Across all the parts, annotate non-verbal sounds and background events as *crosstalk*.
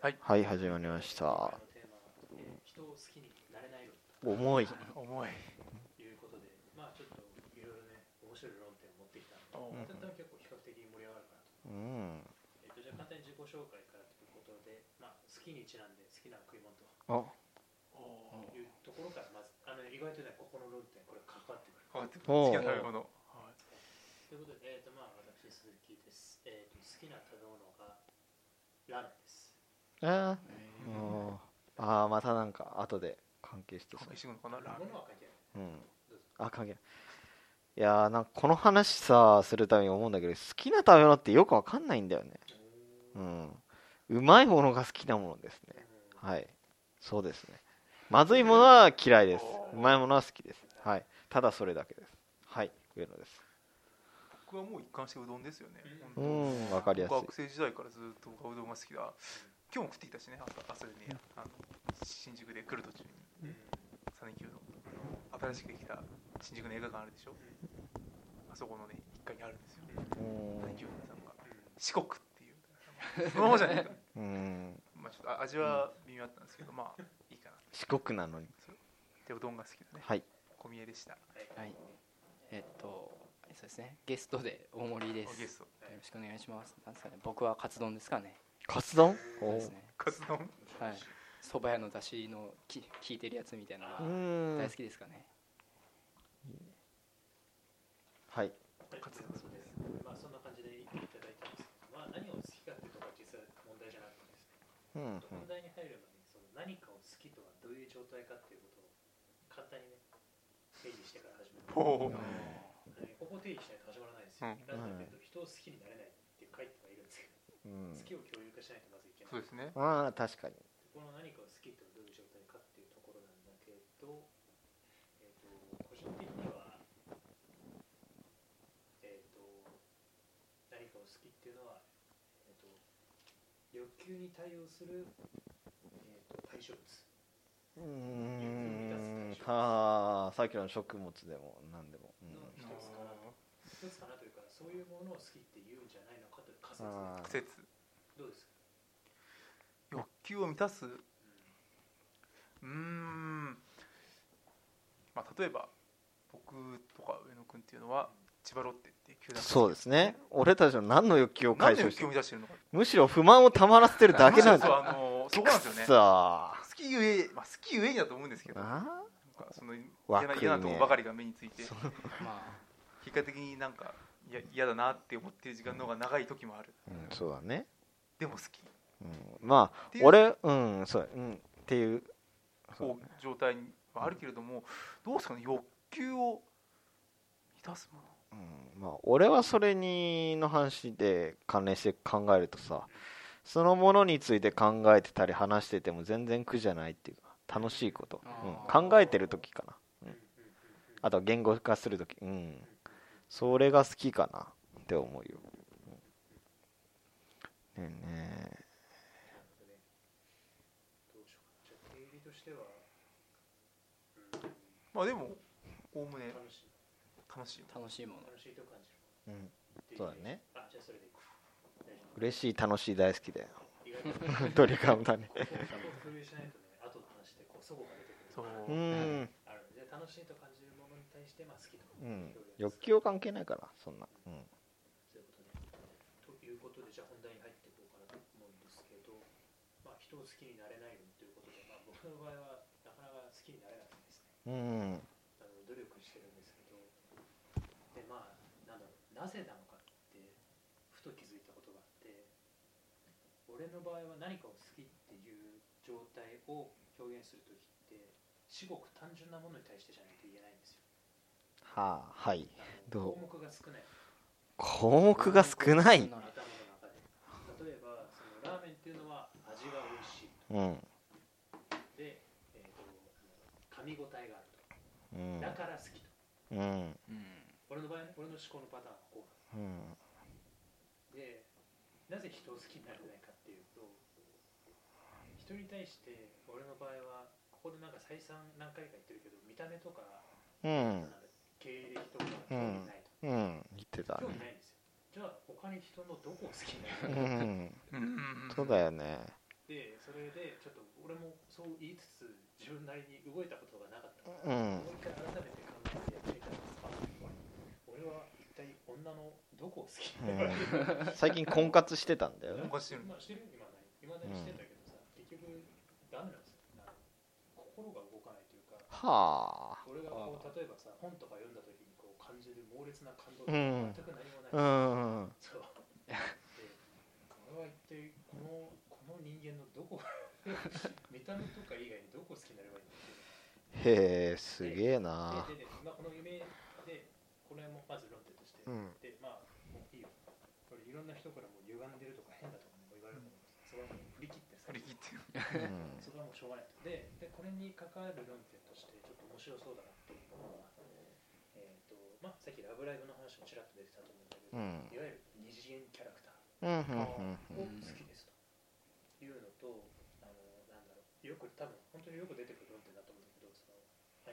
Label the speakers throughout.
Speaker 1: はい
Speaker 2: はい始まりました
Speaker 1: 人を好きになれないよ
Speaker 2: 重い
Speaker 3: 重い、
Speaker 1: ということで、まあちょっといろいろね、面白い論点を持ってきたので、
Speaker 3: うん
Speaker 1: だったら結構比較的盛り上がるかなと。
Speaker 2: うん
Speaker 1: えっと、じゃあ簡単に自己紹介からということで、まあ好きにちなんで好きな食い物と
Speaker 2: あ
Speaker 1: いうところから、まず、あの意外とね、ここの論点、これ関わってくる。
Speaker 3: 変わってくる
Speaker 2: お
Speaker 3: 好き
Speaker 2: う
Speaker 3: な食べ物
Speaker 1: ということで、えっと、まあ私、鈴木です。えっと、好きな食べ物がラーメンです。
Speaker 2: あーもうあーまたなんか後で関係してそ
Speaker 3: 関係してくるのかなラーメン
Speaker 1: 物は関係ない。
Speaker 2: ううん
Speaker 1: どうぞ。
Speaker 2: あ関係ないいやーなんかこの話さするために思うんだけど好きな食べ物ってよくわかんないんだよねうんうまいものが好きなものですねはいそうですねまずいものは嫌いです
Speaker 3: お
Speaker 2: う
Speaker 3: ー
Speaker 2: まいものは好きですはいただそれだけですはい上野です
Speaker 3: 僕はもう一貫してうどんですよね
Speaker 2: う
Speaker 3: 本当に
Speaker 2: んわかりやすい
Speaker 3: 学生時代からずっと僕はうどんが好きだ今日も食ってきたしね朝朝でねあの新宿で来る途中に
Speaker 1: うん
Speaker 3: 讃岐うどん新しくできた新宿の映画館あるでしょあそこのね1階にあるんですよ讃岐うどんさんが四国っていうそのままじゃないか、 *laughs*
Speaker 2: うん
Speaker 3: まあ、ちょっとあ味は微妙だったんですけどまあいいかな
Speaker 2: 四国なのに
Speaker 3: でうどんが好きだね
Speaker 2: はい
Speaker 3: 小宮でした
Speaker 4: はい。えっと、そうですね。ゲストで大森で
Speaker 3: お
Speaker 4: す。
Speaker 3: ゲ
Speaker 4: よ
Speaker 3: スト
Speaker 4: ろしくお願いします。なんですかね。僕はカツ丼ですかね。
Speaker 2: カツ丼
Speaker 4: そう
Speaker 2: お
Speaker 4: で
Speaker 2: ー
Speaker 4: すね。
Speaker 3: カツ丼
Speaker 4: はい。蕎麦屋の出汁のき効いてるやつみたいなの
Speaker 2: う
Speaker 4: が
Speaker 2: ん
Speaker 4: 大好きですかね。
Speaker 2: はい
Speaker 3: カツ
Speaker 1: そうです。まあそんな感じで言っていただいたんですけど、まあ何を好きかっていうのが実は問題じゃなくてですね。
Speaker 2: うんうん
Speaker 1: 問題に入る前にその何かを好きとはどういう状態かっていうことを簡単にね定義してから始める。
Speaker 3: ほう
Speaker 1: えーここ定義しないと始まらないですよ。
Speaker 3: う
Speaker 1: な
Speaker 3: ん
Speaker 1: ぜかというと人を好きになれないっていう書いてはいるんですけど、
Speaker 2: うん
Speaker 1: 好きを共有化しないとまずいけない。
Speaker 3: そうですね
Speaker 2: ああ確かに
Speaker 1: この何かを好きとはどういう状態かっていうところなんだけど、えー、と個人的には、えー、と何かを好きっていうのは、えー、と欲求に対応する、えー、と対象物
Speaker 2: うーんあーさっきの食物でも何でも、うん
Speaker 1: の一つかな、一つかなというかそういうものを好きって言うんじゃないのかという仮説
Speaker 3: 季
Speaker 2: あー
Speaker 3: 節
Speaker 1: どうですか、
Speaker 3: 欲求を満たすう
Speaker 1: う
Speaker 3: ーんまあ例えば僕とか上野君っていうのは千葉ロッテっていう球団
Speaker 2: そうですね俺たちの何の欲求を
Speaker 3: 何
Speaker 2: 解
Speaker 3: の
Speaker 2: 消
Speaker 3: 欲
Speaker 2: して
Speaker 3: 求を
Speaker 2: る
Speaker 3: 満たしてるのか
Speaker 2: むしろ不満をたまらせてるだけなんだ
Speaker 3: そう
Speaker 2: よ
Speaker 3: あのそこなんですよね好
Speaker 2: さあ
Speaker 3: きゆえまあ好きゆえにだと思うんですけどなん
Speaker 2: あ
Speaker 3: かその嫌
Speaker 2: 若い
Speaker 3: な
Speaker 2: ね
Speaker 3: 嫌なとこばかりが目について
Speaker 2: そ
Speaker 4: まあ、
Speaker 3: 結果的になんかいや嫌だなって思ってる時間の方が長い時もある
Speaker 2: ー、うん、そうだね、
Speaker 3: でも好き
Speaker 2: うん、まあ
Speaker 3: っていう
Speaker 2: 俺うんそうだうんっていうそうだ
Speaker 3: こ
Speaker 2: ね
Speaker 3: う状態にはあるけれどもどうですかね欲求を満たすもの
Speaker 2: うんまあ、俺はそれにの話で関連して考えるとさそのものについて考えてたり話してても全然苦じゃないっていうか楽しいこと、
Speaker 4: あ
Speaker 2: う
Speaker 4: ー
Speaker 2: ん、考えてる時かなん
Speaker 1: うんうん
Speaker 2: あとは言語化する時うんそれが好きかなって思うよ、うんねえねえ
Speaker 1: なのでねどうしようかなじゃあ定義としては、うん、
Speaker 3: まあでもおおむね
Speaker 1: 楽しい
Speaker 3: 楽しいも
Speaker 4: 楽しい
Speaker 1: 楽しい
Speaker 4: もの。
Speaker 1: と感じる
Speaker 2: うん、
Speaker 1: ってい
Speaker 2: そうだね
Speaker 1: あじゃあそれでいこう大丈夫
Speaker 2: 嬉しい楽しい大好きだよ *laughs*
Speaker 1: 意外と
Speaker 2: ドリカムだね
Speaker 1: ここを共有しないとね後の話でこう齟齬が出てくる
Speaker 3: そう
Speaker 2: *laughs* うーん、
Speaker 1: あるので楽しいと感じるものに対してまあ好きとか
Speaker 2: うん、
Speaker 1: よ
Speaker 2: 欲求関係ないからそんな、うん、
Speaker 1: そういうことねということでじゃあ本題に入っていこうかなと思うんですけどまあ人を好きになれないのということでまあ僕の場合はなかなか好きになれなくてですね
Speaker 2: うん、
Speaker 1: あの努力してるんですけどでまあなんだろうなぜなのかってふと気づいたことがあって俺の場合は何かを好きっていう状態を表現する時って至極単純なものに対してじゃないと言えないんですよ
Speaker 2: はあはい
Speaker 1: あ
Speaker 2: ど
Speaker 1: の
Speaker 2: う
Speaker 1: 項目が少ない
Speaker 2: 項目が少ない、
Speaker 1: 頭の中で例えばそのラーメンっていうのは味が美味しい
Speaker 2: うん
Speaker 1: で、えー、と噛み応えがあると
Speaker 2: うん
Speaker 1: だから好きと
Speaker 2: うん
Speaker 4: うん。
Speaker 1: 俺の場合ね俺の思考のパターンはこう
Speaker 2: うん
Speaker 1: でなぜ人を好きになれないかっていうと人に対して俺の場合はここでなんか再三何回か言ってるけど見た目とか、
Speaker 2: う
Speaker 1: な
Speaker 2: ん
Speaker 1: んだろう経歴とか興味ないと、
Speaker 2: うん言ってた
Speaker 1: 興味ない
Speaker 2: ね
Speaker 1: んですよじゃあ他に人のどこを好きにな
Speaker 2: う
Speaker 1: るのか
Speaker 3: う
Speaker 2: ん
Speaker 3: んうんうん
Speaker 2: そうだよね
Speaker 1: でそれでちょっと俺もそう言いつつ自分なりに動いたことがなかったから、
Speaker 2: うん
Speaker 1: もう一回改めて考えてやってみたんですあ俺は一体女のどこを好き
Speaker 2: う
Speaker 1: なの、
Speaker 2: ん最近婚活してたんだよね
Speaker 3: 婚活してるんだ
Speaker 1: まあ、してる今ない今だにしてんだけどさ、結局ダメなんですよなんか心が動かないというか
Speaker 2: はあ
Speaker 1: 俺がこう
Speaker 4: あ
Speaker 1: 例えばさ本とか読んだ時にこう感じる猛烈な感動
Speaker 2: う
Speaker 1: が
Speaker 2: ん
Speaker 1: 全く何もない、
Speaker 2: うんうん *laughs*
Speaker 1: そうで俺は一体このこの人間のどこ *laughs* 見た目とか以外にどこ好きになればいいんだっていう
Speaker 2: へえすげえな
Speaker 1: ででで、まあ、この夢でこれもまず論点として、
Speaker 2: うん
Speaker 1: でまあもういいよ俺いろんな人からもう歪んでるとか変だとかも言われるもん、それはもう振り切ってさ
Speaker 3: 振り切ってる
Speaker 2: うん
Speaker 1: それはもうしょうがないとででこれに関わる論点としてちょっと面白そうだなっていうのは、えーとまあ、さっき「ラブライブ!」の話もちらっと出てたと思うんだけど、
Speaker 2: うん
Speaker 1: いわゆる二次元キャラクター
Speaker 2: うんう
Speaker 1: を
Speaker 2: んうんう
Speaker 1: 好
Speaker 2: ん
Speaker 1: きですというのと、あのなんだろうよく多分本当によく出てくる論点だと思うんだけどその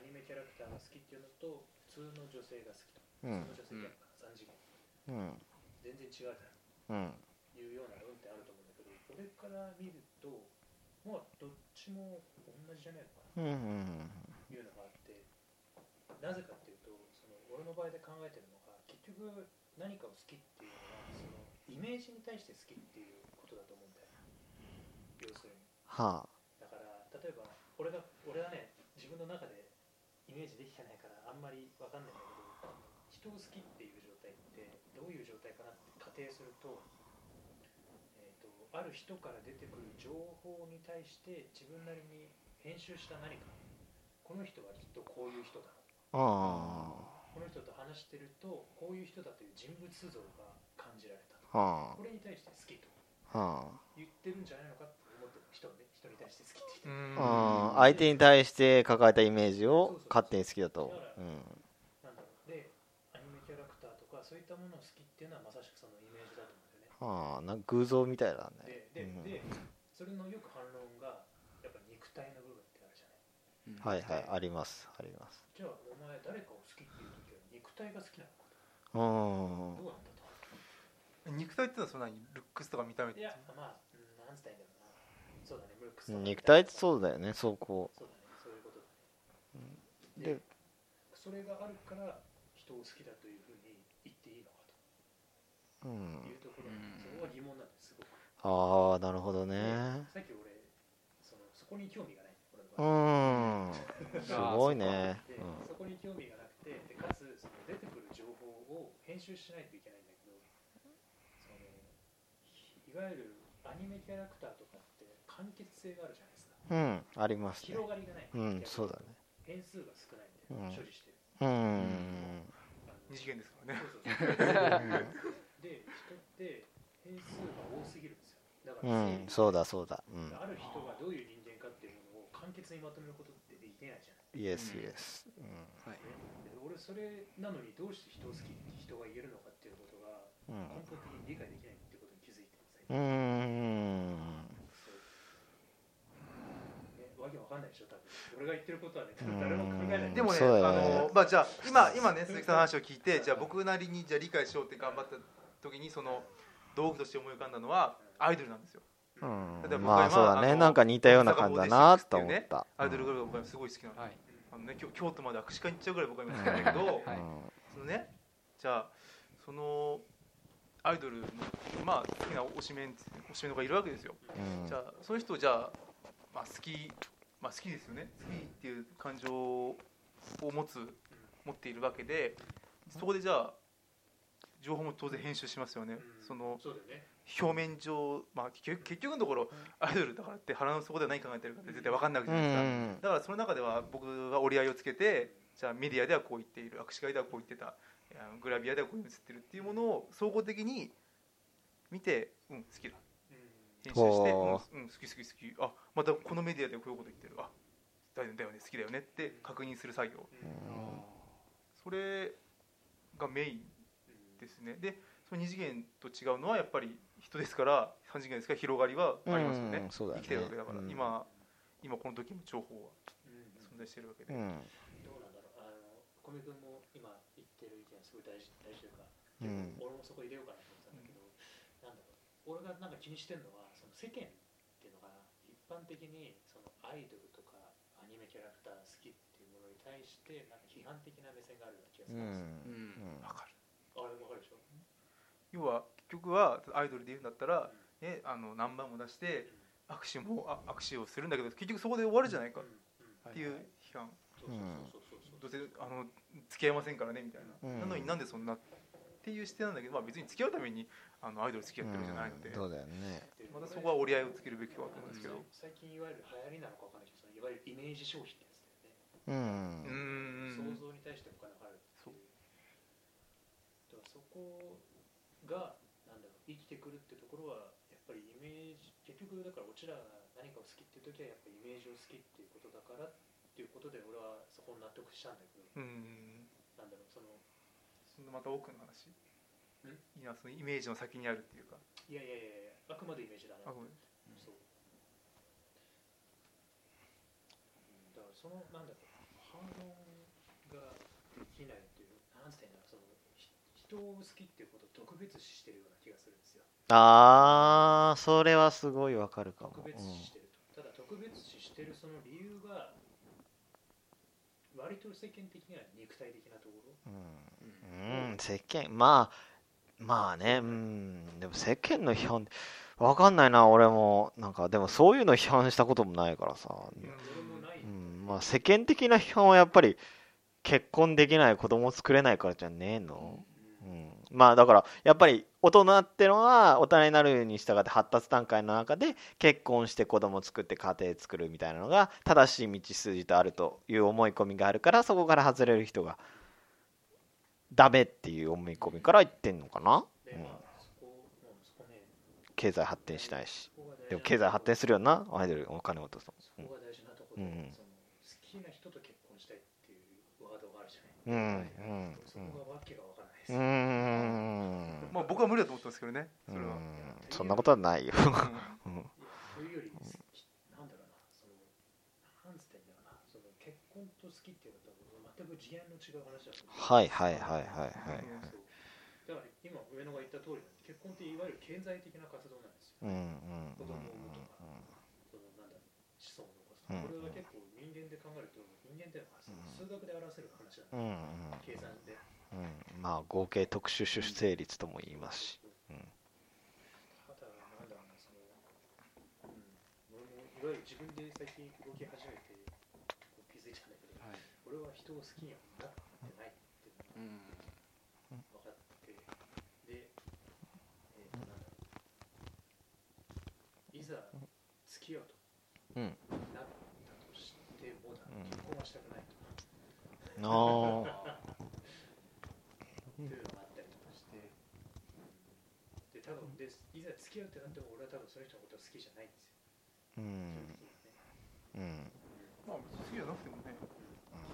Speaker 1: アニメキャラクターが好きっていうのと普通の女性が好きと
Speaker 2: う
Speaker 1: 普
Speaker 2: ん
Speaker 1: 通の女性キャラクター3次元
Speaker 2: うん
Speaker 1: 全然違うじゃん
Speaker 2: うん
Speaker 1: いうような論点あると思うんだけどこれから見るとまあどっちも同じじゃないのかな
Speaker 2: うんうん
Speaker 1: というのがあってなぜかっていうとその俺の場合で考えてるのが結局何かを好きっていうのはそのイメージに対して好きっていうことだと思うんだよ要するに。
Speaker 2: はあ
Speaker 1: だから例えば俺が俺はね自分の中でイメージできてないからあんまり分かんないんだけど人を好きっていう状態ってどういう状態かなって仮定すると,、えー、とある人から出てくる情報に対して自分なりに編集した何かこの人はきっとこういう人だ
Speaker 2: あ
Speaker 1: この人と話してるとこういう人だという人物像が感じられた
Speaker 2: あは
Speaker 1: これに対して好きと
Speaker 2: あは
Speaker 1: 言ってるんじゃないのかって思ってる人ね人に対して好きって言ってる
Speaker 3: ん
Speaker 2: あうん相手に対して抱えたイメージを勝手に好きだとうん
Speaker 1: なんだろうでアニメキャラクターとかそういったものを好きっていうのはまさしくそのイメージだと思うんだよね
Speaker 2: はあなんか偶像みたいだね
Speaker 1: でで,、でそれのよく反論がやっぱ肉体の部分ってあるじゃない
Speaker 2: はい
Speaker 4: うん
Speaker 2: はいありますあります
Speaker 1: じゃあお前誰かを好きっていう時は肉体が好きなのかどう
Speaker 2: うん
Speaker 1: なんだと
Speaker 3: 肉体ってのはそんなにルックスとか見た目って
Speaker 1: いやまあ、うん、なんつったらいいんだろうなそうだねムルックス
Speaker 2: 肉体っ
Speaker 1: う
Speaker 2: てそうだよねそうこ
Speaker 1: そうだねそういうことだ
Speaker 2: う
Speaker 1: ね
Speaker 2: で
Speaker 1: でそれがあるから人を好きだというふうに言っていいのかとい
Speaker 2: うん
Speaker 1: うところ、
Speaker 4: うん
Speaker 1: そこは疑問なんですすごく
Speaker 2: ああなるほどね
Speaker 1: さっき俺そのそこに興味がない俺の場合
Speaker 2: うんすごいね
Speaker 1: でそこに興味がなくてでかつその出てくる情報を編集しないといけないんだけどそのいわゆるアニメキャラクターとかって完結性があるじゃないですか
Speaker 2: うん、うん、ありますね
Speaker 1: 広がりがない、
Speaker 2: うん
Speaker 1: 逆に
Speaker 2: そうだね
Speaker 1: 変数が少ないんで、
Speaker 2: うん
Speaker 1: 処理してる
Speaker 2: うん
Speaker 1: あの
Speaker 3: 二次元ですからね
Speaker 1: そうそうそうで人って変数が多すぎるんですよだか
Speaker 2: う
Speaker 1: ら *laughs*
Speaker 2: んそうだそうだうん
Speaker 1: ある人がどういう人間かっていうものを簡潔にまとめることってできないじゃない
Speaker 2: イエスイエス
Speaker 4: はい
Speaker 1: で俺それなのにどうして人を好きって人が言えるのかっていうことが
Speaker 2: うん
Speaker 1: 根本的に理解できないってことに気づいてるんです
Speaker 2: うんう
Speaker 1: よ、
Speaker 2: ん
Speaker 1: そうね、わけわかんないでしょ多分俺が言ってることはね多分誰も考えない
Speaker 3: でもね、
Speaker 2: そうだよ
Speaker 3: あ
Speaker 2: ね
Speaker 3: のまあじゃあ今今ね鈴木さんの話を聞いてじゃあ僕なりにじゃあ理解しようって頑張った時にその道具として思い浮かんだのはアイドルなんですよ。
Speaker 2: う
Speaker 3: 例えば僕は
Speaker 2: ん
Speaker 3: 今
Speaker 2: まあそうだ
Speaker 3: あ
Speaker 2: ね
Speaker 3: の
Speaker 2: なんか似たような感じだなと思った
Speaker 3: アイドルグループが僕はすごい好きなの。
Speaker 4: はい
Speaker 3: あのね今日京都まで握手会に行っちゃうぐらい僕は今好きなんだけど、
Speaker 4: はい
Speaker 3: そのねじゃあそのアイドルのまあ好きな推しメン推しメンとかいるわけですよ。
Speaker 2: うんうん
Speaker 3: じゃあその人をじゃあまあ好きまあ好きですよね好きっていう感情を持つ持っているわけでそこでじゃあ情報も当然編集しますよね、
Speaker 1: うん
Speaker 3: その
Speaker 1: そうだよね
Speaker 3: 表面上、まあ、結局結局のところアイドルだからって腹の底では何考えてるかって絶対分かんないわけ
Speaker 2: う
Speaker 3: じゃないですか、
Speaker 2: ん
Speaker 3: だからその中では僕は折り合いをつけてじゃあメディアではこう言っている握手会ではこう言ってたいやグラビアではこういうの映ってるっていうものを総合的に見てうん好きだ
Speaker 1: うん
Speaker 3: 編集して、うん
Speaker 2: おー
Speaker 3: うん好き好き好きあまたこのメディアでこういうこと言ってるあだよねだよね好きだよねって確認する作業
Speaker 1: うん
Speaker 3: それがメイン
Speaker 1: うん
Speaker 3: ですねでその2次元と違うのはやっぱり人ですから3次元ですから広がりはありますよね、
Speaker 2: うんそうだね
Speaker 3: 生きてるわけだから、
Speaker 2: うん
Speaker 3: 今今この時も情報は
Speaker 1: うん
Speaker 3: 存在してるわけ
Speaker 2: う
Speaker 3: で、
Speaker 2: ん
Speaker 1: どうなんだろうあの小見君も今言ってる意見すごい大事大事というか、
Speaker 2: うん
Speaker 1: 俺もそこ入れようかなと思ってたんだけど、なんだろう俺がなんか気にしてるのはその世間っていうのが般的にそのアイドルとかアニメキャラクター好きっていうものに対してなんか批判的な目線があるような気がす
Speaker 2: う
Speaker 1: るんですよ、
Speaker 4: うんん
Speaker 3: わかる
Speaker 1: あれわかるでしょ、
Speaker 3: 要は結局はアイドルで言うんだったら
Speaker 1: うん、
Speaker 3: ね、あの何番も出して握手もあ握手をするんだけど結局そこで終わるじゃないか
Speaker 1: う
Speaker 3: っていう批
Speaker 1: ん
Speaker 3: 判
Speaker 1: うんそうそうそうそうそう
Speaker 3: どうせあの付き合いませんからねみたいな、
Speaker 2: うん
Speaker 3: なのになんでそんなっていう視点なんだけど、まあ、別に付き合うためにあのアイドル付き合ってるんじゃないので、
Speaker 2: そうだよね
Speaker 1: で
Speaker 3: またそこは折り合いをつけるべきかと思うんですけど、
Speaker 4: う
Speaker 1: 最近いわゆる流行りなのかわかんないけどそのいわゆるイメージ消費ってやつだよね
Speaker 3: うん
Speaker 2: う
Speaker 3: ん
Speaker 1: 想像に対してお金があるっていうだからそこがなんだろう生きてくるってところはやっぱりイメージ結局だからうちらが何かを好きっていう時はやっぱイメージを好きっていうことだからっていうことで俺はそこを納得したんだけど
Speaker 3: うん
Speaker 1: なんだろうその
Speaker 3: そんなまた奥の話
Speaker 1: ん
Speaker 3: いやそのイメージの先にあるっていうか
Speaker 1: いやいやいやいやあくまでイメージだな
Speaker 3: あごめん
Speaker 1: そううんだからそのなんだろう反論ができないっていうなんつってんだろうそのひ人を好きっていうことを特別視してるような気がするんですよ
Speaker 2: あーそれはすごいわかるかも
Speaker 1: 特別視してると、ただ特別視してるその理由が割と世間的には肉体的なところ
Speaker 2: うんうん
Speaker 4: うん
Speaker 2: うん、世間、まあ、まあね、うん、でも世間の批判、わかんないな、俺も。なんか、でもそういうの批判したこともないからさ。
Speaker 1: いや俺もない、
Speaker 2: うん、まあ世間的な批判はやっぱり、結婚できない、子供作れないからじゃねえのうん、まあだからやっぱり大人ってのは大人になるに従って発達段階の中で結婚して子供作って家庭作るみたいなのが正しい道筋とあるという思い込みがあるからそこから外れる人がダメっていう思い込みから言ってんのかな
Speaker 1: でまあそこもうそこね
Speaker 2: 経済発展しないし
Speaker 1: そこが大事な
Speaker 2: でも経済発展するよなアイドルお金を落とすと
Speaker 1: そこが大事なところで、
Speaker 2: うん
Speaker 1: その好きな人と結婚したいっていうワードがあるじゃない
Speaker 2: うんうん
Speaker 1: そこがわけがわからないです
Speaker 2: うんうーん
Speaker 3: まあ僕は無理だと思ったんですけどね
Speaker 2: う
Speaker 3: それは、
Speaker 2: んそんなことはないよう
Speaker 1: い
Speaker 2: ん
Speaker 1: やというより、なんだろうな、その、なんつってんだろうな、その結婚と好きっていうのとは全く次元の違う話だと思う
Speaker 2: はいはいはいはいはい
Speaker 1: そうだから今、上野が言った通りなんです、結婚っていわゆる経済的な活動なんですよ。
Speaker 2: うんうんうんうん
Speaker 1: そのなんだ子孫を残す。
Speaker 2: うん
Speaker 1: これは結構人間で考えると、人間っていうのはその数学で表せる話
Speaker 2: う
Speaker 1: なん
Speaker 2: んうん
Speaker 1: だ、計算で。
Speaker 2: うんまあ合計特殊出生率とも言いますし、うん
Speaker 1: ただ、なんだろうな、その、うん、俺もいわゆる自分で最近動き始めてこう気づいたんだけど、
Speaker 4: はい
Speaker 1: 俺は人を好きにはなってないっていうの
Speaker 4: うん
Speaker 1: が分かって、で、えーとなんだろういざ付き合うと、
Speaker 2: うん
Speaker 1: なったとしてもだ、
Speaker 2: うん
Speaker 1: 結婚はしたくないとか、
Speaker 2: あ
Speaker 1: っていうのがあったりとかして、で、多分でいざ付き合うってなっても、俺は多分その人のことは好きじゃないんですよ、
Speaker 2: ーうん
Speaker 1: 基本的にはね。
Speaker 3: ま
Speaker 2: うん
Speaker 3: あ別に好きじゃなくてもね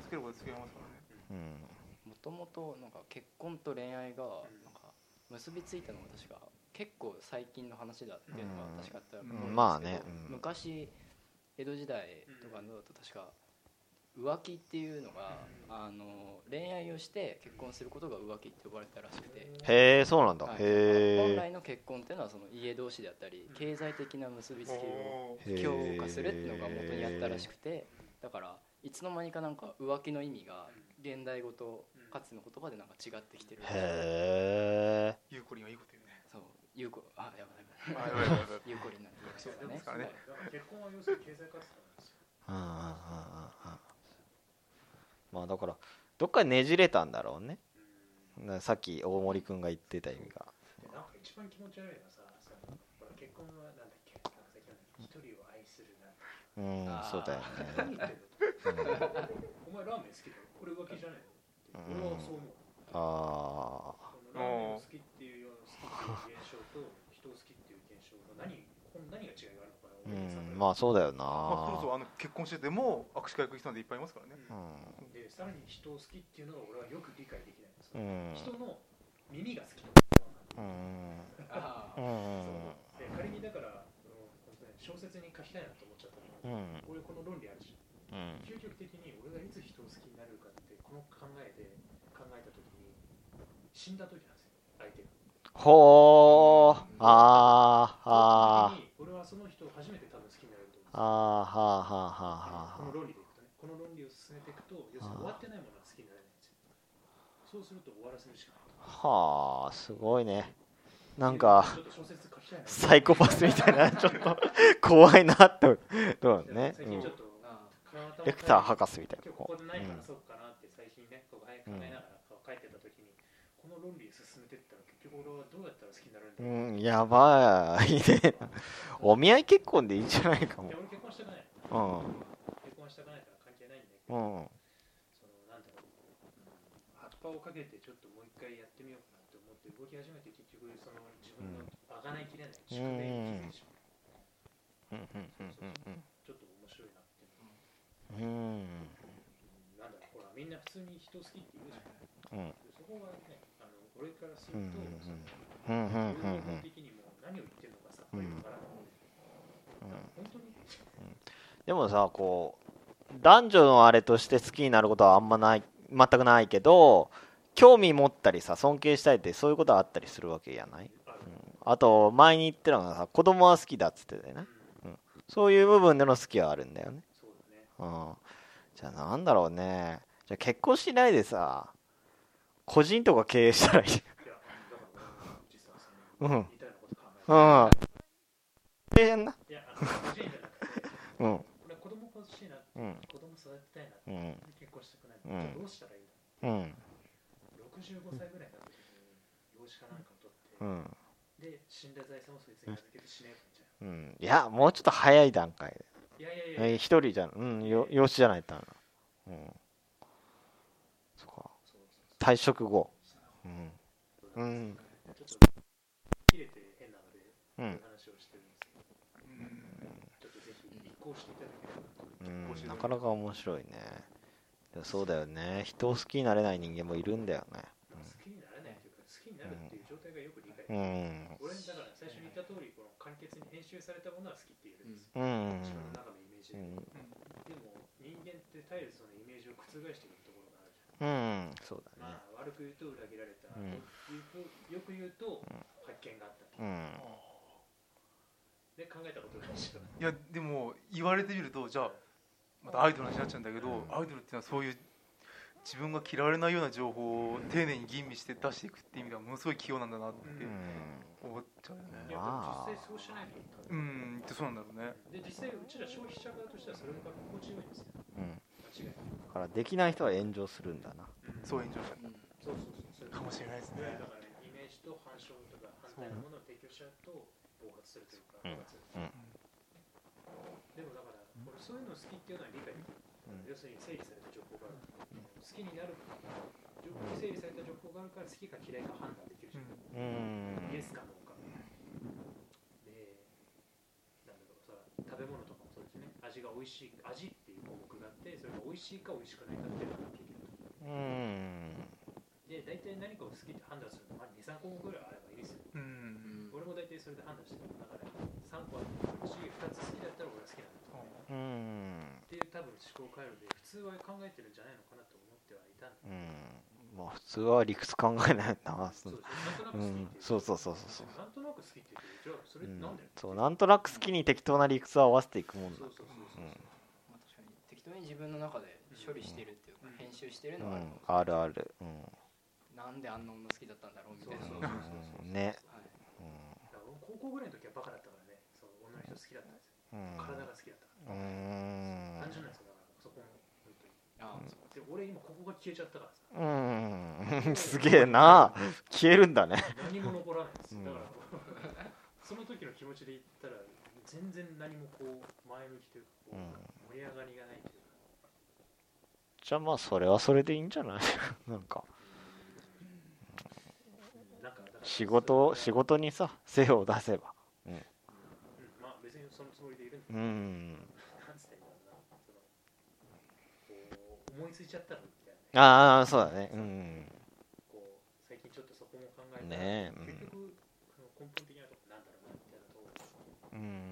Speaker 3: つけることつけますからね
Speaker 2: うん
Speaker 4: もともとなんか結婚と恋愛がなんか結びついたのが確か結構最近の話だっていうのが確かあったと思
Speaker 3: う
Speaker 4: うんですけど
Speaker 3: ん
Speaker 2: まあねうん
Speaker 4: 昔江戸時代とかのだと確か浮気っていうのがあの恋愛をして結婚することが浮気って呼ばれてたらしくて。
Speaker 2: へえそうなんだ、
Speaker 4: はい本
Speaker 2: へ
Speaker 4: 来の結婚っていうのはその家同士であったり
Speaker 1: うん
Speaker 4: 経済的な結びつきを
Speaker 3: おー
Speaker 2: え
Speaker 4: 強化するっていうのが元にあったらしくてだからいつの間にかなんか浮気の意味が現代語とかつての言葉でなんか違ってきてる
Speaker 2: へえ
Speaker 3: ゆうこりんはいいこと言うね
Speaker 4: そうゆうこあやばいや
Speaker 3: あ
Speaker 4: ばい
Speaker 3: やばいやばいやばい
Speaker 4: ゆうこりんなんですよ
Speaker 1: で
Speaker 4: ね
Speaker 1: も
Speaker 3: すからね
Speaker 1: だから結婚は要するに経済活動なんですよ。
Speaker 2: うんうんうんうんうんまあだからどっかにねじれたんだろうね
Speaker 1: うん
Speaker 2: なさっき大森くんが言ってた意味が
Speaker 1: でなんか一番気持ち悪いのはさ、そのほら結婚はなんだっけ、なんかさっきの一人を愛するなんて。
Speaker 2: うん
Speaker 4: あー
Speaker 2: そうだよ
Speaker 1: 何 *laughs*
Speaker 2: ね、
Speaker 1: 言ってんの
Speaker 2: う
Speaker 1: お
Speaker 2: ん
Speaker 1: 前ラーメン好きだろこれ浮気じゃないの
Speaker 2: うん
Speaker 1: 俺はそう思う。
Speaker 2: あ
Speaker 1: このラーメンを好きっていうような好きっていう現象と人を好きっていう現象の何この何が違いがあるのかな
Speaker 2: ーう
Speaker 1: 俺にさ
Speaker 2: んまあそうだよな
Speaker 3: まあ、そろそろあの結婚してても握手会行く人なんていっぱいいますからね、
Speaker 2: う
Speaker 1: うん
Speaker 2: ん
Speaker 1: で、さらに人を好きっていうのが俺はよく理解できないんです
Speaker 2: う
Speaker 1: よ。
Speaker 2: ん
Speaker 1: 人の耳が好きなのかな
Speaker 2: うん
Speaker 4: あ
Speaker 2: う
Speaker 4: ー
Speaker 2: ん
Speaker 1: で仮にだから、うん本当ね、小説に書きたいなと思っちゃったの、
Speaker 2: うんうん
Speaker 1: 俺この論理あるし
Speaker 2: うん
Speaker 1: 究極的に俺がいつ人を好きになれるかってこの考えで考えた時に死んだ時なんですよ相手が
Speaker 2: ほーあーあー
Speaker 1: に俺はその人を初めて多分好きになれると思う
Speaker 2: あーはーはーは
Speaker 1: こ
Speaker 2: ーは
Speaker 1: の
Speaker 2: ー
Speaker 1: 論理でいくとねこの論理を進めていくと要するに終わってないものは好きになれないんですよそうすると終わらせるしかない
Speaker 2: はあすごいねなんか
Speaker 1: ちょっと小説書きたいな
Speaker 2: サイコパスみたいなちょっと怖いなってどうだろうね、
Speaker 1: 最
Speaker 2: う
Speaker 1: 近
Speaker 2: ん
Speaker 1: ちょっと
Speaker 4: あー
Speaker 1: レ
Speaker 2: レクター博士みたいな
Speaker 1: 今日こ
Speaker 2: こ
Speaker 1: こで何話そうかなって最近ねこう早く考えながらこう書いてた時にこの論理を進めてったら結局俺はどうやったら好きになるん
Speaker 2: う
Speaker 1: だ
Speaker 2: う
Speaker 1: ろう、
Speaker 2: んやばいねお見合い結婚でいいんじゃないか
Speaker 1: いや俺結婚したくない
Speaker 2: も
Speaker 1: 結婚したくないから関係ないんだけ
Speaker 2: う
Speaker 1: ど、
Speaker 2: んうん
Speaker 1: そのなんだろう、うん葉っぱをかけてちょっともう一回やってみようかなって思って動き始めて結局その自分のあがないきれない宿命に気づいてしまう
Speaker 2: うんうんうん
Speaker 1: ちょっと面白いなっていうのが
Speaker 2: うんうん
Speaker 1: うんなんだろうほらみんな普通に人好きって言うじゃん
Speaker 2: うん
Speaker 1: そこがねあの俺からすると、
Speaker 2: うんうんうん
Speaker 1: その
Speaker 2: うんうんうん
Speaker 1: 文法的にも何を言ってるのかさっぱりわからない、
Speaker 2: うんうん
Speaker 1: 本当に
Speaker 2: でもさこう男女のあれとして好きになることはあんまない全くないけど興味持ったりさ尊敬したりってそういうことはあったりするわけじゃない、
Speaker 1: ある
Speaker 2: うん、あと前に言ってたのがさ子供は好きだっつってたよ
Speaker 1: うん
Speaker 2: ねそういう部分での好きはあるんだよね
Speaker 1: そうだね
Speaker 2: うんじゃあなんだろうねじゃあ結婚しないでさ個人とか経営したらい *laughs* い
Speaker 1: いやだから俺も実はその
Speaker 2: うん
Speaker 1: 似たようなこと考え
Speaker 2: う
Speaker 1: て
Speaker 2: ん大変な
Speaker 1: るいやあの個人じゃなくて
Speaker 2: うん
Speaker 1: 俺は子供欲しいな
Speaker 2: うん
Speaker 1: 子供育てたいな
Speaker 2: うん
Speaker 1: 結婚したくない、
Speaker 2: うん
Speaker 1: じゃあどうしたらいいんだ
Speaker 2: うん
Speaker 1: 65歳ぐらいになった時に養子かなんかを取って、
Speaker 2: うん
Speaker 1: で死んだ財産をそいつに預けて死ねばいいんじゃん
Speaker 2: うんいやもうちょっと早い段階で
Speaker 1: いやいやいや、
Speaker 2: えー一人じゃうんよ養子じゃないとダメなうんそっか
Speaker 1: そうそうそう
Speaker 2: 退職後うんうん
Speaker 1: ちょっと切れて変なので、
Speaker 2: う
Speaker 1: こうんいう話をしてるんですけど
Speaker 3: うん
Speaker 1: ちょっとぜひ移行していただければ
Speaker 2: うんなかなか面白いねでもそうだよね人を好きになれない人間もいるんだよね
Speaker 1: 好きになれないというか、好きになるっていう状態がよく理解、
Speaker 2: うん
Speaker 1: 俺だから最初に言った通りこの簡潔に編集されたものは好きって言えるんです、
Speaker 2: うん
Speaker 1: 自分の中のイメージ
Speaker 2: う
Speaker 1: で、
Speaker 2: ん
Speaker 1: でも人間って絶えずそのイメージを覆していくところがあるじゃん
Speaker 2: うんそうだね
Speaker 1: まあ、悪く言うと裏切られた、
Speaker 2: うん
Speaker 1: よくよく言うと発見があった、
Speaker 2: うん
Speaker 1: で考えたことが一緒
Speaker 3: いやでも言われてみるとじゃあまたアイドルの話になっちゃうんだけど、
Speaker 2: うん
Speaker 3: アイドルっていうのはそういう自分が嫌われないような情報を丁寧に吟味して出していくっていう意味ではものすごい器用なんだなって
Speaker 2: う
Speaker 1: うん
Speaker 3: 思っちゃうよ
Speaker 1: いや
Speaker 3: ね。
Speaker 2: まあ
Speaker 1: でも実際そうしないと
Speaker 3: うん、ってそうなんだろうね。
Speaker 1: で実際うちら消費者側としてはそれが心地よいんですよ
Speaker 2: うん
Speaker 1: 間違いない、
Speaker 2: だからできない人は炎上するんだな
Speaker 3: そう炎上す
Speaker 1: そう
Speaker 4: うん
Speaker 1: そうそうそれ
Speaker 3: るかもしれないです
Speaker 1: ね
Speaker 3: ね
Speaker 1: だ。からイメージと反証とか反対のものを提供しちゃうと暴発するというか、
Speaker 2: うん
Speaker 1: 爆発
Speaker 2: うん
Speaker 1: でもだから俺そういうの好きっていうのは理解できる、
Speaker 2: うん
Speaker 1: 要するに整理された情報がある、好きになる情報整理された情報があるから好きか嫌いか判断できるじゃん、
Speaker 2: うん
Speaker 1: イエスかノーかでなんだろうさ食べ物とかもそうですね味が美味しい味っていう項目があってそれが美味しいか美味しくないかっていうのができると
Speaker 2: うん
Speaker 1: で大体何かを好きって判断するのは23項目ぐらいあればいいですよ
Speaker 3: うん、
Speaker 4: うん
Speaker 1: 俺も大体それで判断してた中で3個あったし2つ好きだったら俺は好きなんだと
Speaker 2: うん
Speaker 1: っていう多分思考回路で普通は考えてるんじゃないのかなと思ってはいたんだ
Speaker 2: うんまあ普通は理屈考えないよな
Speaker 1: そうです
Speaker 2: う
Speaker 1: ね
Speaker 2: んそうそうそうそうそう
Speaker 1: なんとなく好きって言うなんとなく好きって言うけどじゃあそれってなんで、
Speaker 2: うんそうなんとなく好きに適当な理屈を合わせていくもんだ
Speaker 1: そうそうそうそう、
Speaker 2: うん
Speaker 4: まあ確かに適当に自分の中で処理してるっていうか
Speaker 1: うん
Speaker 4: 編集してる
Speaker 2: う
Speaker 4: のはある
Speaker 2: んあるあるう
Speaker 4: なんであんな女好きだったんだろうみたいな
Speaker 1: そう
Speaker 4: の
Speaker 1: そう
Speaker 4: はい
Speaker 2: んね
Speaker 1: だから俺高校ぐらいの時はバカだったからねその女の人好きだったんですよ、
Speaker 2: うんうん
Speaker 1: 体が好きだったか
Speaker 2: う
Speaker 1: ら単純
Speaker 2: ん
Speaker 1: なんですよだからそこも本当に
Speaker 4: ああそう
Speaker 1: で俺今ここが消えちゃったからさ
Speaker 2: うんすげえな消えるんだね
Speaker 1: 何も残らないんですよ
Speaker 2: うん
Speaker 1: だからその時の気持ちで言ったら全然何もこう前向きというかこう盛り上がりがないというか
Speaker 2: じゃあまあそれはそれでいいんじゃない *laughs* なんか
Speaker 1: なんかだから
Speaker 2: 仕事仕事にさ精を出せば
Speaker 1: うんまあ別にそのつもりでいるんだ
Speaker 2: うん
Speaker 1: なんつったらいいんだろうなそのこう思いついちゃったのみたいなね
Speaker 2: ああそうだねうん
Speaker 1: こう最近ちょっとそこも考えたら
Speaker 2: ねえうん
Speaker 1: 結局その根本的なとこなんだろうなみたいなところを
Speaker 2: うん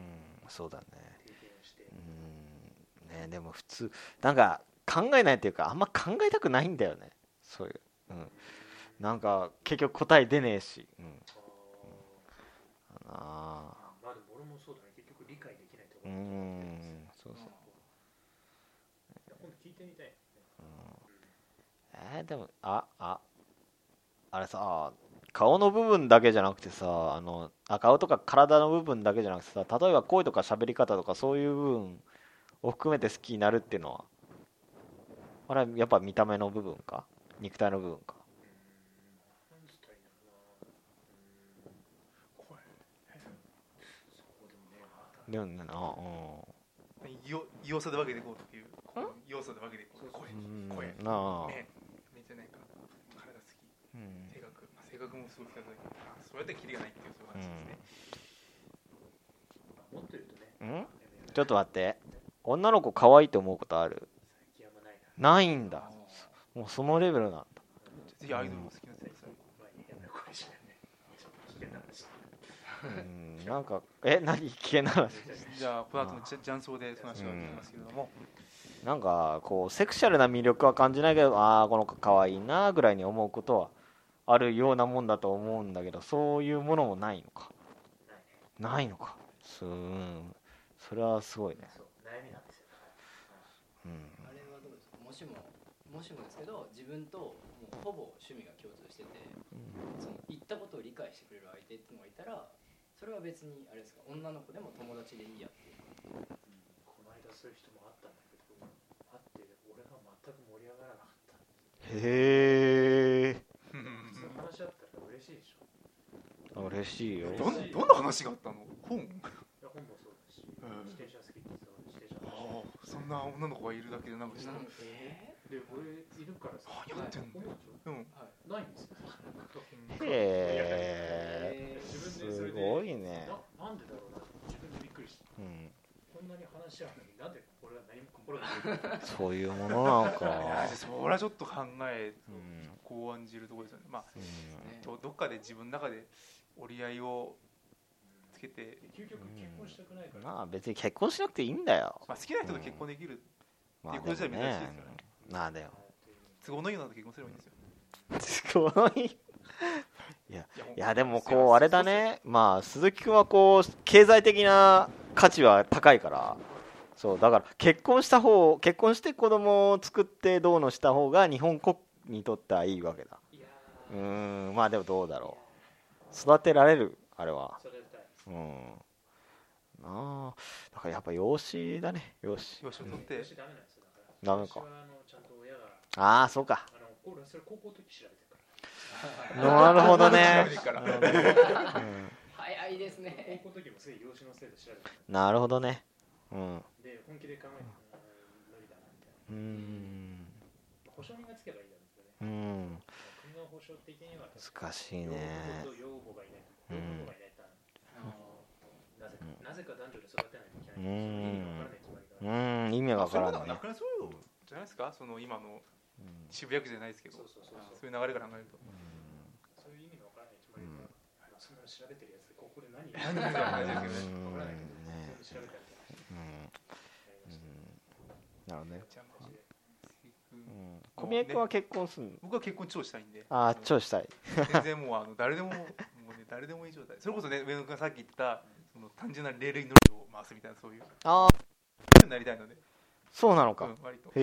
Speaker 2: そうだね
Speaker 1: 経験をして
Speaker 2: うーんねでも普通なんか考えないっていうかあんま考えたくないんだよねそういう、うん、なんか結局答え出ねえし、うん
Speaker 1: あーそうだね結局理解できないとこ
Speaker 2: う
Speaker 1: ろ、い
Speaker 2: んそうそう、
Speaker 1: や今度聞いてみたい、
Speaker 2: うん
Speaker 1: うん
Speaker 2: えーでもあああれさ顔の部分だけじゃなくてさあのあ顔とか体の部分だけじゃなくてさ例えば声とか喋り方とかそういう部分を含めて好きになるっていうのはあれはやっぱ見た目の部分か肉体の部分か
Speaker 1: 何つったらいいんだろうなうん
Speaker 3: こ
Speaker 1: そうでもねまだ
Speaker 2: でもねあう
Speaker 3: れよ要素で分けていこうっていう要素で分けていこう声
Speaker 2: ん
Speaker 3: 声
Speaker 2: うんなあ、
Speaker 3: 目目じゃないか体好き
Speaker 2: うん
Speaker 3: 性格、まあ、性格もすごい聞かれたけどあそれだったらキリがないっていうそういう話ですね、
Speaker 1: まあ持ってるとねあれだ
Speaker 2: ん
Speaker 1: よね
Speaker 2: ちょっと待って女の子可愛いと思うことある
Speaker 1: 最近あんまないな
Speaker 2: ないん
Speaker 3: あ
Speaker 2: だ
Speaker 3: ー
Speaker 2: もうそのレベルなんだ
Speaker 3: じゃあぜひアイドルも好きになって
Speaker 1: 最
Speaker 3: ください
Speaker 1: 近まあ変な声しないねちょっと危険な話
Speaker 2: うんなんかえ何危 *laughs* 険な話
Speaker 3: じゃあこの後のジャジャンソーでその話が聞きますけれども、
Speaker 2: なんかこうセクシャルな魅力は感じないけどああこの子可愛いなぐらいに思うことはあるようなもんだと思うんだけどそういうものもないのか
Speaker 1: ないね
Speaker 2: ないのかすうんそれはすごいね
Speaker 1: そう悩みなんですよ
Speaker 2: うん
Speaker 4: あれはどうですかもしももしもですけど自分ともうほぼ趣味が共通しててその言ったことを理解してくれる相手っていうのがいたらそれは別にあれですか女の子でも友達でいいやっていう
Speaker 1: この間そういう人もあったんだけどあって俺が全く盛り上がらなかった
Speaker 2: へえ
Speaker 1: 普通の話だったら嬉しいでしょ
Speaker 2: 嬉しいよ
Speaker 3: どんどんな話があったの本
Speaker 1: いや本もそうだし自
Speaker 3: ん
Speaker 1: 転車好きって言ってたから自転車
Speaker 3: あ
Speaker 1: の話
Speaker 3: あそんな女の子がいるだけでなんかした *laughs*
Speaker 4: なんかえ
Speaker 1: で俺いるからさ
Speaker 3: あやってんだ
Speaker 1: 思うでしょ
Speaker 3: うん
Speaker 4: ーはい
Speaker 1: ないんですよ
Speaker 2: へえ
Speaker 4: え
Speaker 1: 自分でそ
Speaker 2: す
Speaker 1: れで
Speaker 2: ごいね
Speaker 1: ななんでだろうなって自分でびっくりした
Speaker 2: うん
Speaker 1: こんなに話し合うのになんで俺は何も心がないのか
Speaker 2: そういうものなの
Speaker 3: いや
Speaker 2: か
Speaker 3: そりゃちょっと考え
Speaker 2: うん
Speaker 3: こう案じるところですよねまあ
Speaker 2: うん
Speaker 4: ね
Speaker 3: どどっかで自分の中で折り合いをつけて、
Speaker 1: 究極結婚したくないから
Speaker 2: *laughs* まあ別に結婚しなくていいんだよ
Speaker 3: まあ、好きな人と結婚できる、
Speaker 2: まあ
Speaker 3: っていうこと
Speaker 2: で
Speaker 3: じゃ
Speaker 2: も
Speaker 3: 珍しいです
Speaker 2: ね
Speaker 3: よね
Speaker 2: まあでも
Speaker 3: 都合のいいのと結婚すればいいんですよ
Speaker 2: すごい
Speaker 3: いやほん
Speaker 2: いやでも
Speaker 3: い
Speaker 2: こうあれだねまあ鈴木君はこう経済的な価値は高いからそうだから結婚した方結婚して子供を作ってどうのした方が日本国にとってはいいわけだ
Speaker 1: いや
Speaker 2: う
Speaker 1: ー
Speaker 2: ーんまあでもどうだろう育てられるあれは
Speaker 1: それたい
Speaker 2: うんなあだからやっぱ養子だね養子
Speaker 3: 養子を取っ
Speaker 1: で
Speaker 3: て、
Speaker 1: ダメなんですよだから
Speaker 2: ダメか
Speaker 1: 私はあのちゃんと親が
Speaker 2: ああそうか
Speaker 1: あの俺はそれ高校の時調べてるから
Speaker 2: なるほどね
Speaker 3: 調べてから
Speaker 2: うん
Speaker 4: 早いで
Speaker 1: *laughs*
Speaker 4: すね
Speaker 1: 高校の時もすげえ養子のせいで調べてる
Speaker 2: なるほどねうん
Speaker 1: で本気で考えてうん無理だなみたいな
Speaker 2: うーん
Speaker 1: 保証人がつけばいいだろうけどね
Speaker 2: うん
Speaker 1: 国の保証的には
Speaker 2: 難しい
Speaker 1: 養
Speaker 2: ね
Speaker 1: 父と養母がいない
Speaker 2: うん
Speaker 1: 養父母がいないとなぜか
Speaker 2: うん
Speaker 1: なぜか男女で育てないといけない
Speaker 2: うん
Speaker 1: 意味のわからない決まりがある
Speaker 3: そうい
Speaker 2: うーん意味がわか
Speaker 3: うも
Speaker 2: ら
Speaker 3: のがな
Speaker 2: ないね
Speaker 3: くなりそうじゃないですかその今の
Speaker 2: うん
Speaker 3: 渋谷区じゃないですけど
Speaker 1: そうそうそう
Speaker 3: そ
Speaker 1: そう
Speaker 3: ういう流れから考えると
Speaker 1: そういう意味のわからない決まりがあるまあそんなの調べてるやつここで何
Speaker 3: 何言ってるか分かんないですけど
Speaker 2: うん
Speaker 1: わからないけど
Speaker 2: ね
Speaker 1: 全部調べたりとか
Speaker 2: うん
Speaker 1: やりました
Speaker 2: なるほどね
Speaker 3: ちゃん
Speaker 1: マジで
Speaker 2: うん小宮君は結婚すんの
Speaker 3: 僕は結婚超したいんで
Speaker 2: ああ超したい
Speaker 3: 全然もうあの誰でももう、ね、誰でもいい状態それこそね上野君がさっき言ったその単純なレールに乗りを回すみたいなそういう
Speaker 2: ああ
Speaker 3: ふうになりたいので、
Speaker 2: そうなの
Speaker 3: う
Speaker 2: か
Speaker 3: ん、割と
Speaker 2: へ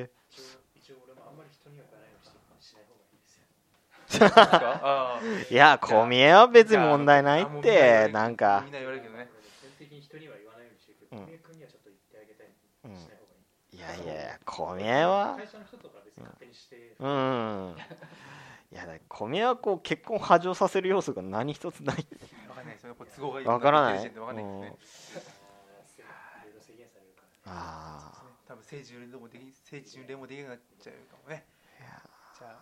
Speaker 2: え
Speaker 1: 一応一応俺もあんまり人には言わないようにしてしない方がいいですよ
Speaker 3: あ
Speaker 2: いや小宮は別に問題ないっ
Speaker 3: いや
Speaker 2: てなん
Speaker 3: あ
Speaker 2: か
Speaker 3: みんな言われるけどね
Speaker 1: 俺基本的に人には言わないようにしてるけど
Speaker 2: うん
Speaker 1: 小宮君にはちょっと言ってあげたい
Speaker 2: うん
Speaker 1: しない方がいい
Speaker 2: いやいや小宮は
Speaker 1: 会社の人とか別に勝手にして
Speaker 2: うんいやだから小宮はこう結婚を波状させる要素が何一つない
Speaker 3: わかんないですよねこれ都合がいい
Speaker 2: わからない
Speaker 3: 時点でわかんないですね
Speaker 1: いろいろ制限されるから
Speaker 2: ああ
Speaker 3: 多分聖地巡礼もでき聖地巡礼もできなくなっちゃうかもねじゃあ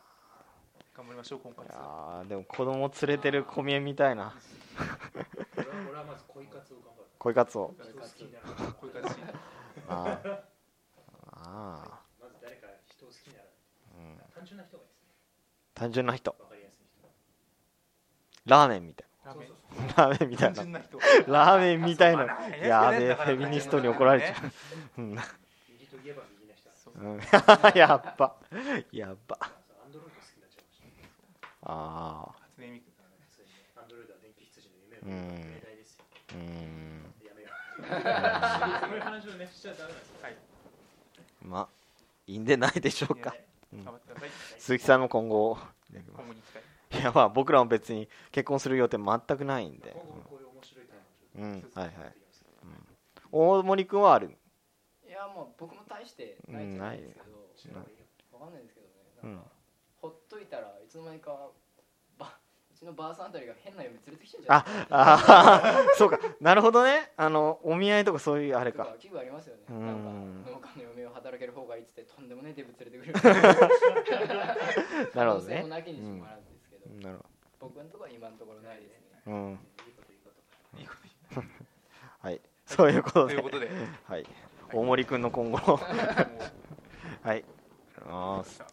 Speaker 3: 頑張りましょう婚活
Speaker 2: いやーでも子供連れてる小宮みたいな
Speaker 1: 俺は俺はまず恋活を頑張る
Speaker 2: 恋活を
Speaker 1: 人を好きになる
Speaker 3: こういう形
Speaker 2: あー *laughs* あ
Speaker 1: まず誰か人を好きになる
Speaker 2: ー、うん、
Speaker 1: 単純な人がいいですね
Speaker 2: 単純な人
Speaker 1: わかりやすい人
Speaker 2: ラーメンみたい
Speaker 3: ラーメン
Speaker 1: そうそう
Speaker 2: なラーメンみた
Speaker 3: 単
Speaker 2: いな
Speaker 3: 純な人
Speaker 2: ラーメンみたいな
Speaker 3: そうなんだ
Speaker 2: やーべえ
Speaker 3: だから
Speaker 2: フェミニストに怒られちゃうん
Speaker 1: そう右といえば右な人だ
Speaker 3: そう
Speaker 2: うん *laughs* やっばやっば
Speaker 1: アンドロイド好きになっちゃいました
Speaker 2: ああ
Speaker 3: 初音ミク
Speaker 1: 普通にアンドロイドは電気羊の夢を
Speaker 2: うん
Speaker 1: 命題ですよ
Speaker 2: うーん
Speaker 1: *laughs*
Speaker 5: そういう話をねしちゃダメなんですよ
Speaker 3: はい
Speaker 2: まあいいんでないでしょうか
Speaker 3: いや頑張ってください
Speaker 2: 鈴木さんも今後
Speaker 3: 今後に期待
Speaker 2: いやまあ僕らも別に結婚する予定全くないんで
Speaker 5: 今後もこういう面白いテーマをちょっ
Speaker 2: うん、うんはいはい
Speaker 5: とやっていきます
Speaker 2: 大森君はある
Speaker 4: いやもう僕も大してないじゃないです
Speaker 5: 知
Speaker 4: け
Speaker 5: らないよ
Speaker 4: どわかんないですけどね
Speaker 2: う
Speaker 4: なん
Speaker 2: ん
Speaker 4: かほっといたらいつの間にかばうちのばあさんあたりが変な嫁連れてきちゃうんじゃないですか
Speaker 2: ああそうかなるほどねあのお見合いとかそういうあれ
Speaker 4: とか
Speaker 2: か
Speaker 4: 器具ありますよね
Speaker 2: う
Speaker 4: なんんか農家の嫁を働ける方がいいっつってとんでもねえデブ連れてくる
Speaker 2: *laughs* なるほど
Speaker 4: 可能性
Speaker 2: ね
Speaker 4: もなきにしもあらずですけど
Speaker 2: うんなる
Speaker 4: 僕のところは今のところないですね
Speaker 2: ほどうん
Speaker 5: いいこといいこと
Speaker 3: いいことに
Speaker 2: はいそういうこと
Speaker 3: とい
Speaker 2: で
Speaker 3: うことでもう
Speaker 2: はい大森君の今後のはいありがとうございます
Speaker 3: さあ